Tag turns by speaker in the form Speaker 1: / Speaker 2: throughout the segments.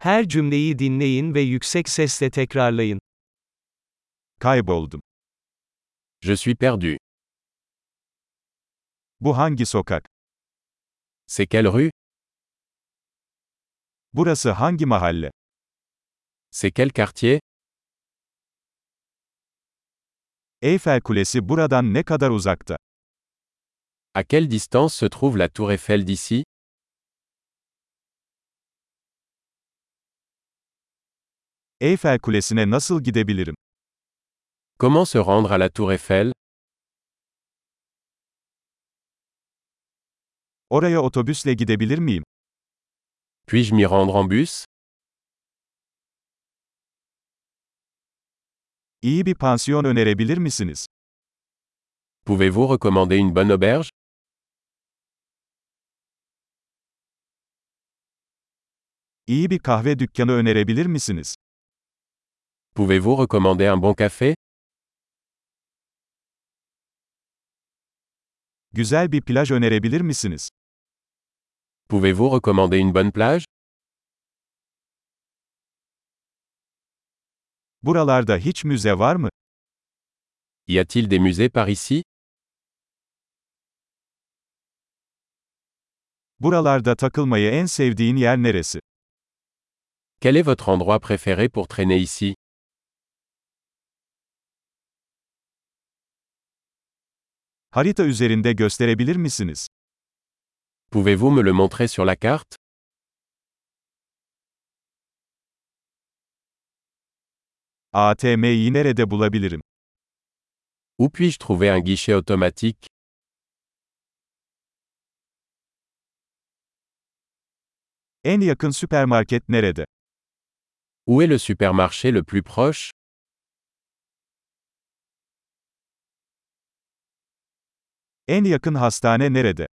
Speaker 1: Her cümleyi dinleyin ve yüksek sesle tekrarlayın.
Speaker 2: Kayboldum.
Speaker 3: Je suis perdu.
Speaker 2: Bu hangi sokak?
Speaker 3: C'est quelle rue
Speaker 2: Burası hangi mahalle?
Speaker 3: C'est quel quartier
Speaker 2: Eyfel Kulesi buradan ne kadar uzakta?
Speaker 3: À quelle distance se trouve la tour Eiffel d'ici
Speaker 2: Eyfel Kulesi'ne nasıl gidebilirim?
Speaker 3: Comment se rendre à la tour Eiffel
Speaker 2: Oraya otobüsle gidebilir miyim?
Speaker 3: Puis-je m'y rendre en bus
Speaker 2: İyi bir pansiyon önerebilir misiniz?
Speaker 3: Pouvez-vous recommander une bonne auberge
Speaker 2: İyi bir kahve dükkanı önerebilir misiniz?
Speaker 3: Pouvez-vous recommander un bon café
Speaker 2: Güzel bir plaj önerebilir misiniz?
Speaker 3: Pouvez-vous recommander une bonne plage
Speaker 2: Buralarda hiç müze var mı?
Speaker 3: Y a-t-il des musées par ici
Speaker 2: Buralarda takılmayı en sevdiğin yer neresi?
Speaker 3: Quel est votre endroit préféré pour traîner ici
Speaker 2: Harita üzerinde gösterebilir misiniz?
Speaker 3: Pouvez-vous me le montrer sur la carte
Speaker 2: ATM'yi nerede bulabilirim?
Speaker 3: Où puis-je trouver un guichet automatique
Speaker 2: En yakın süpermarket nerede?
Speaker 3: Où est le supermarché le plus proche
Speaker 2: En yakın hastane nerede?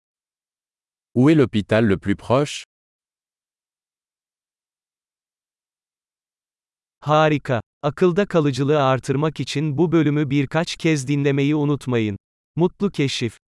Speaker 3: Où est l'hôpital le plus proche
Speaker 1: Harika. Akılda kalıcılığı artırmak için bu bölümü birkaç kez dinlemeyi unutmayın. Mutlu keşif.